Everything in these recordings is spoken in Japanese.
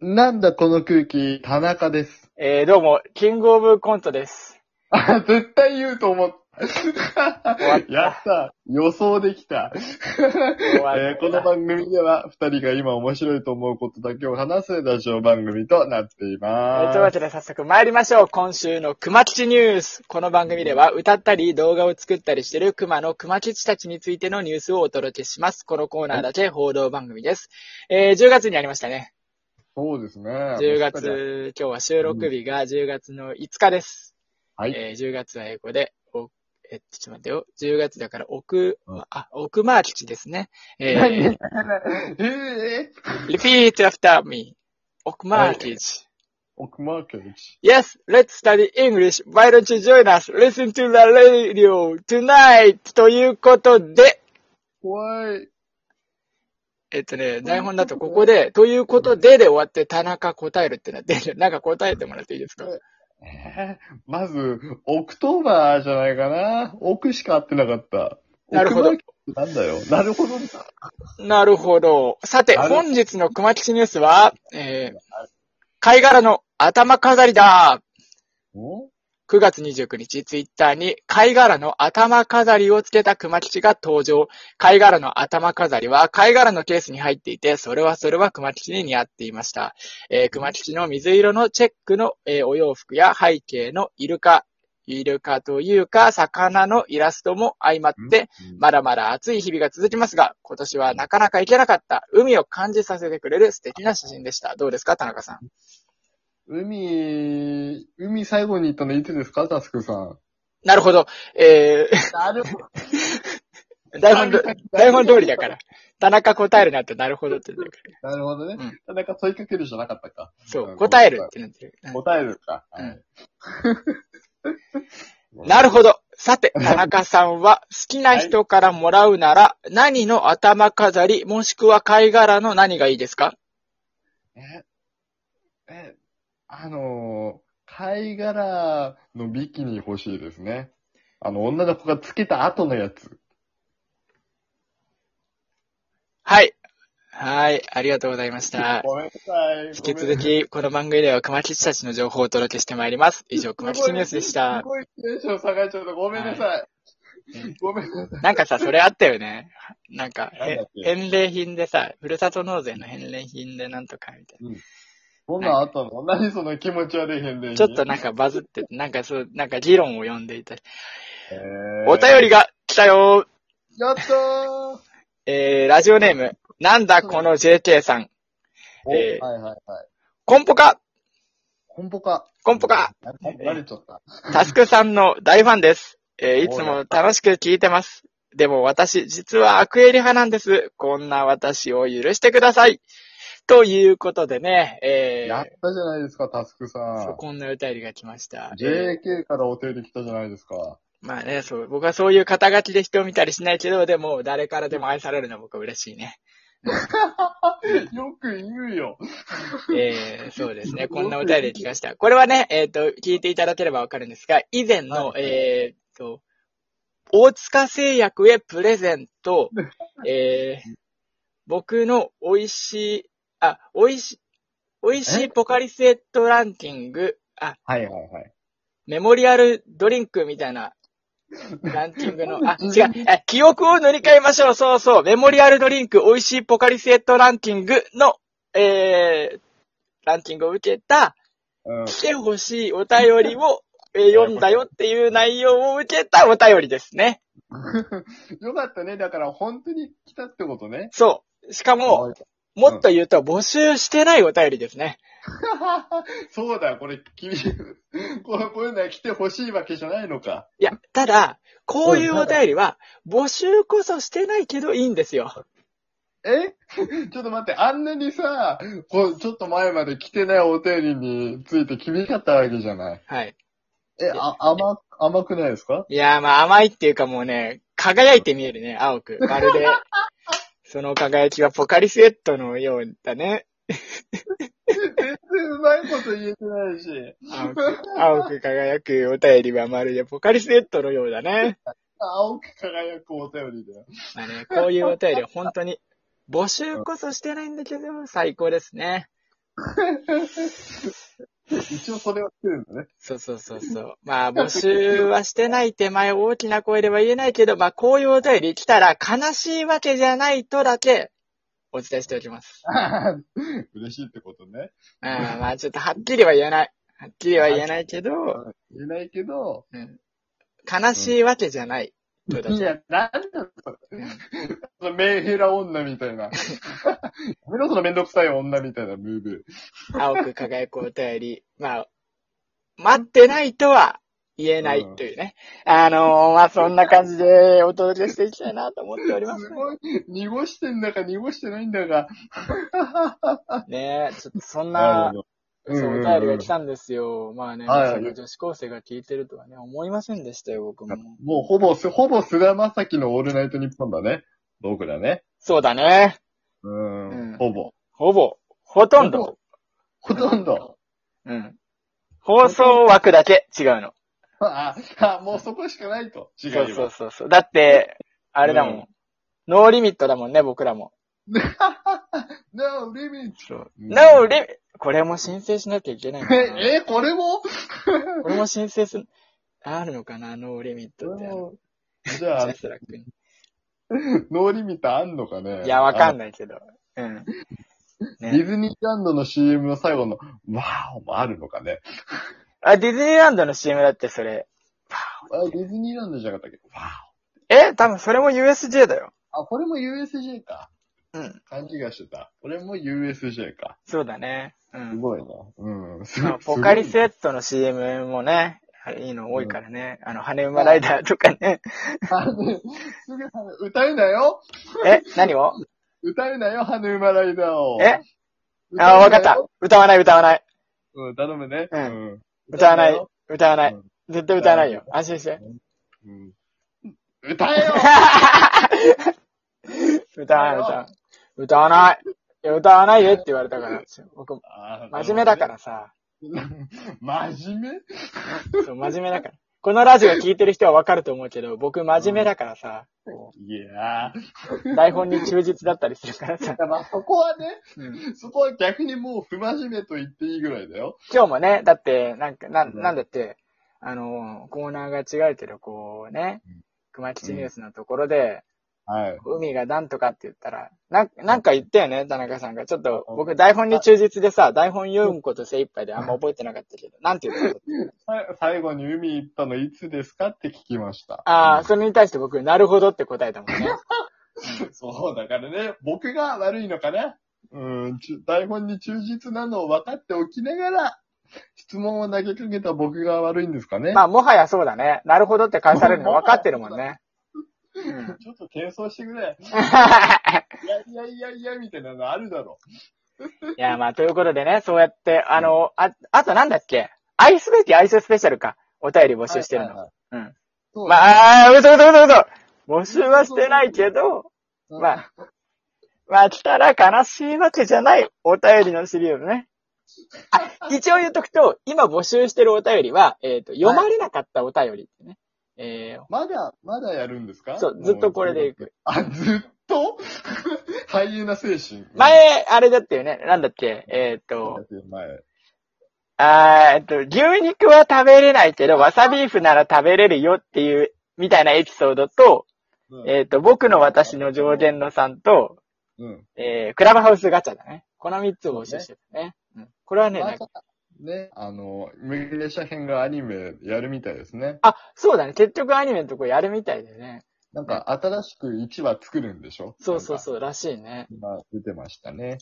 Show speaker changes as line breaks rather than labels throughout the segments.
なんだこの空気、田中です。
えー、どうも、キングオブコントです。
あ、絶対言うと思った。
わった
やった。予想でき た。
終わ
えーこの番組では、二人が今面白いと思うことだけを話すラジオ番組となってい
えー
ま
というわ
す。
けで早速参りましょう。今週の熊吉ニュース。この番組では歌ったり動画を作ったりしている熊の熊吉たちについてのニュースをお届けします。このコーナーだけ報道番組です。えー、10月にありましたね。
そうですね。
10。月、今日は収録日が10月の5日です。
はい。
えー、10月は英語で、おえーちょっと待ってよ。10月だから奥
うん、
あ、奥間吉ですね。えー、
何 えー、
Repeat after me. Okmarkage.
奥マーケージ。
Yes, let's study English. Why don't you join us? Listen to the radio tonight! ということで、
怖い。
えっとね、台本だとここで、ということでで終わって田中答えるってなってるん でなんか答えてもらっていいですか
えーまず、オクトーバーじゃないかな。奥しか合ってなかった。
なるほど
奥マーケージってなんだよ。なるほど。
なるほど。さて、
あれ
本日の熊吉ニュースは、えー、貝殻の頭飾りだ
お
9月29日、ツイッターに貝殻の頭飾りをつけた熊吉が登場。貝殻の頭飾りは貝殻のケースに入っていて、それはそれは熊吉に似合っていました。えー、熊吉の水色のチェックの、えーお洋服や背景のイルカ、イルカというか魚のイラストも相まって、まだまだ暑い日々が続きますが、今年はなかなか行けなかった海を感じさせてくれる素敵な写真でした。どうですか、田中さん。
海、海最後に行ったのいつですかタスクさん。
なるほど。え ー、
なるほど。
台本ど、台本通りだから。田中答えるなってなるほどって言うんだ から。
なるほどね。なんか問いかけるじゃなかったか。
そう、答えるってなってる。うん
答えるか。
うん
はい
なるほど。さて、田中さんは、好きな人からもらうなら、何の頭飾り、もしくは貝殻の何がいいですか
え、え、あのー、貝殻のビキニ欲しいですね。あの、女の子がつけた後のやつ。
はい。はい、ありがとうございました。
ごめんなさい。
引き続き、この番組では熊吉たちの情報をお届けしてまいります。以上、熊吉ニュースでし
す
た。
ごいテンション下がっちゃった。ごめんなさい。ごめんなさい。
なんかさ、それあったよね。なんか、
なんだ
え
っけ
返礼品でさ、ふるさと納税の返礼品でなんとかみたいな。
そんなんあったの何その気持ち悪い変で。
ちょっとなんかバズ って、なんかそう、なんか議論を読んでいたり。
えー
お便りが来たよ
やったー
えー、ラジオネーム、なんだこの JK さん。
お
えー
はいはいはい。
コンポカ
コンポか。
コンポカ
あバレちゃった。
タスクさんの大ファンです。えー、い
お
つ
や
も楽しく聞いてます。でも私、実はアクエリ派なんです。こんな私を許してください。ということでね、え
やっ
ー、
たじゃないですか、タスクさ。
そうんこんなお便りが来ました。えー
JK からお便り来たじゃないですか。
まあね、そう、僕はそういう肩書きで人を見たりしないけど、でも誰からでも愛されるのは僕は嬉しいね。
よく言うよ。
えー、そうですね。こんなお便り聞かした。これはね、えっ、と、聞いていただければわかるんですが、以前の、
はい
えっ、と、大塚製薬へプレゼン ト、えー、僕の美味しい、あ、美味しい、美味しいポカリスエットランキング、あ、
はいはいはい。
メモリアルドリンクみた いな、ランキングの、あ、違
自分
う、あ記憶を塗り替えましょう。そうそう、メモリアルドリンク、美味しいポカリスエットランキングの、えー、ランキングを受けた、
うん。
来てほしいお便りを、えー読んだよっていう内容を受けたお便りですね。
よかったね。だから本当に来たってことね。
そう。しかも、
う。
もっと言うと募集してないお便りですね。
そうだ、これ、君、 こうこういうのは来てほしいわけじゃないのか。
いや、ただ、こういうお便りは、募集こそしてないけどいいんですよ。
え ちょっと待って、あんなにさ、こうちょっと前まで来てないお便りについて厳しかったわけじゃない。
はい。
え、あ、甘、甘くないですか
いやー、まあ甘いっていうかもうね、輝いて見えるね、青く。まるで。その輝きはポカリスエットのようだね。
全然うまいこと言えてないし。
青く青く輝くお便りはまるでポカリスエットのようだね。
青く輝くお便りだよ。
まあね、こういうお便りは本当に、募集こそしてないんだけど、最高ですね。
一応それは来るんだね。
そうそうそうそう。まあ、募集はしてない手前、大きな声では言えないけど、まあ、こういうお便り来たら悲しいわけじゃないとだけ、お伝えしておきます。
あー嬉しいってことね。
うん、まあ、ちょっとはっきりは言えない。はっきりは言えないけど、
言えないけど、
うん、悲しいわけじゃないとだ
い
け。
や、なんだろう
うん
そのメンヘラ女みたいな。やめろ、そのめんどくさい女みたいなムーブ。
青く輝くお便り。まあ、待ってないとは言えないというね。あのーまあ、そんな感じでお届けしていきたいなと思っております
す。ごい、濁してんだか濁してないんだか。
ねえ、ちょっとそん
な
な
る、ほど
そう、お便りが来たんですよ。まあね、
はい
まさか女子高生が聞いてるとはね、思いませんでしたよ、僕も。
もうほぼす、ほぼ菅田将暉のオールナイトニッポンだね。僕らね。
そうだね。
うーん。
うん
ほぼ。
ほぼ、ほとん
ほぼ
ど。
ほとんど。
うん。放送枠だけ違うの。
あ、あもうそこしかないと。違い
そう
は
そうそうそう。だって、あれだもん。
う
ノーリミットだもんね、僕らも。
No limit! うん
ノーリミットこれも申請しなきゃいけないのかな。
え、え、これも
これも申請する、あるのかな、ノーリミットって。あの
じ ゃあ
ジャ、スラックに
ノーリミットあんのかね
いや、わかん
ない。
ないけど。うん。
デ
ね
ィズニーランドの CM の最後の、ワーオもあるのかね
あ、ディズニーランドの CM だってそれ。
あ、ディズニーランドじゃなかったっけワー
え多分それも USJ だよ。
オ。あ、これも USJ か。
うん。
勘違いしてた。これも USJ か。
そうだね。う
す
ん。
ごいな。うん。す
あのポカリスエットの CM もね、いいの多いからね。あの、羽馬ライダーとかね。
あのねすぐ、あの歌うなよ
え何を
歌うなよ、ハヌーマライダーを。
え
歌うな
あ、
よ
わかった。。歌わない、歌わない。
うん、頼むね。
うん
ん。
歌わな
う
い、歌わな
う
い
ん。
絶対歌わないよ。安心して。
うん。歌えよ。
歌わない、歌わない。歌わない。いや歌わないでって言われたから。僕、 真面目だかららさ。
真面
そう、真面目だから。このラジオ聞いてる人はわかると思うけど、僕真面目だからさ、こ
目いやー。
う台本に忠実だったりするからさ。
まあそこはね、
うん
そこは逆にもう不真面目と言っていいぐらいだよ。
今日もね、だって、なんか、な、
うん
なんだって、あのー、コーナーが違うけど、こうね
うん、
熊吉ニュースのところで、
はい。
海がなんとかって言ったら、なんなんか言ったよね、田中さんが。ちょっと、
うん
僕台本に忠実でさ、台本読むこと精一杯であんま覚えてなかったけど、なんて言ったの
さ最後に海行ったのいつですかって聞きました。
ああ、それに対して僕、なるほどって答えたもんね。
そう、だからね、僕が悪いのかな。うん、ちゅ台本に忠実なのを分かっておきながら、質問を投げかけた僕が悪いんですかね。
まあ、もはやそうだね。なるほどって返されるの分かってるもんね。 うん
ちょっと転送してくれ。いやいやいやいや、みたいなのあるだろ
いや、まあ、ということでね、そうやって、あの、あ、あとなんだっけ愛すべき愛想スペシャルか。お便り募
う。
集してる
は
の。
いはいはい
うん。
そう
まあ、あー嘘嘘嘘嘘募集はしてないけど、
うん
まあ、まあ、来たら悲しいわけじゃないお便りのシリーズね。あ、一応言っとくと、今募集してるお便りは、えっ、と、読まれなかったお便りってね。え
まだ、まだやるんですか
ー、そう、ずっとこれでい
く。
く。
あ、ずっと 俳優な精神。
前、あれだったよね。なんだっけえっ、と、
前。
あーえっと、牛肉は食べれないけど、わさビーフなら食べれるよっていう、みたいなエピソードと、
うん
えっ、と、僕の私の上限のさんと、
うん。
えー、クラブハウスガチャだね。この三つを募集してたね。うんこれはね、なんか
ね、あの、無限列車編がアニメやるみたいですね。
あ、そうだね。結局アニメのとこやるみたいでね。
なんか、新しく1話作るんでしょ
そうそう
う。
そう、らしいね。
今出てましたね。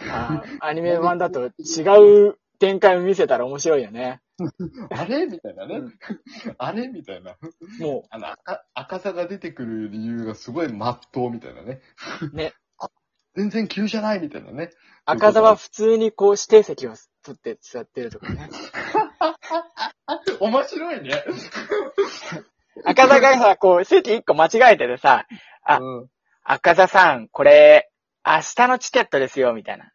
あーアニメ版だと違う展開を見せたら面白いよね。
あれみたいなね
うん。
あれみたいな。
も
あの、赤赤さが出てくる理由がすごい真っ当みたいなね。
ね
あ。全然急じゃないみたいなね。
う、赤座は普通にこう指定席を取って座ってるとかね。
面白いね。
赤座がさ、こう、席一個間違えててさ、あ
うん
赤座さん、これ、明日のチケットですよ、みたいな。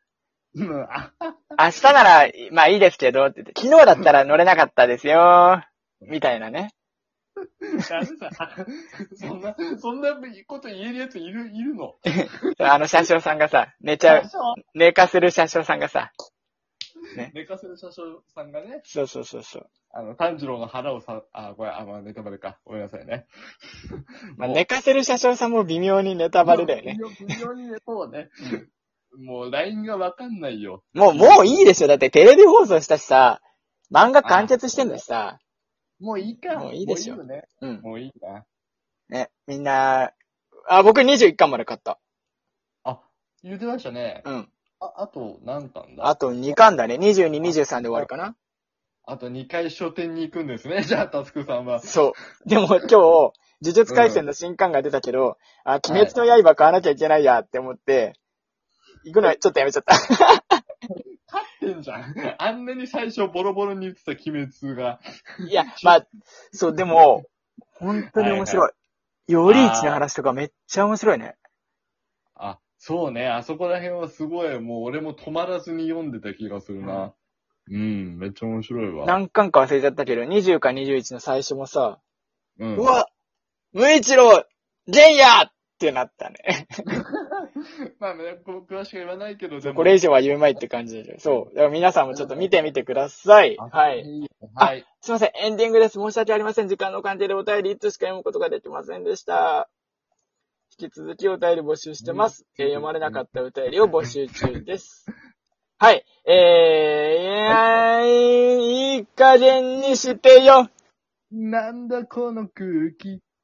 うん。あ
明日なら、まあいいですけど、って言って昨日だったら乗れなかったですよ、みたいなね。
ダメだ そんな、そんなこと言えるやついる、いるの。
あの車掌さんがさ、寝ちゃう、寝かせる車掌さんがさ、ね
寝かせる車掌さんがね、
そうそうそうそう。
あの、炭治郎の腹をさ、あ、これ、あ、まあ、ネタバレか。ごめんなさいね。
まあ、寝かせる車掌さんも微妙にネタバレだよね。
もう。微妙微妙にね、そうね。もう、LINE がわかんないよ。
もう、もういいでしょ。だってテレビ放送したしさ、漫画完結してんだしさ。
もういいか。
もういいでしょ
もういいよね。
うん。
もういいな。
ね、みんな、あ、僕21巻まで買った。
言ってましたね。
うん。
あ、あと、何巻だ
あと2巻だね。22、23で終わりかな。
あと2回書店に行くんですね。じ ゃあ、タスクさんは。
そう。でも今日、呪術廻戦の新巻が出たけど、あ、鬼滅の刃買わなきゃいけないやって思って、行くのはちょっとやめちゃった。
勝ってんじゃん。 あんなに最初ボロボロに言ってた鬼滅が。
いや、まあ、そう、でも、本当に面白い。より一の話とかめっちゃ面白いね。
あ、そうね。あそこら辺はすごい、もう俺も止まらずに読んでた気がするな。うん、めっちゃ面白いわ。
何巻か忘れちゃったけど、20か21の最初もさ、
うん、
うわ無一郎善也ってなったね。
まあね、こ詳しく言わないけど、でも
これ以上は言えないって感じで。そう。だから皆さんもちょっと見てみてください。は
あ
い。
いよはい。
すいません。エンディングです。申し訳ありません。時間の関係でお便り一つしか読むことができませんでした。引き続きお便り募集してます。えー読まれなかったお便りを募集中です。はい。えー、いやーいい加減にしてよ。
なんだこの空気。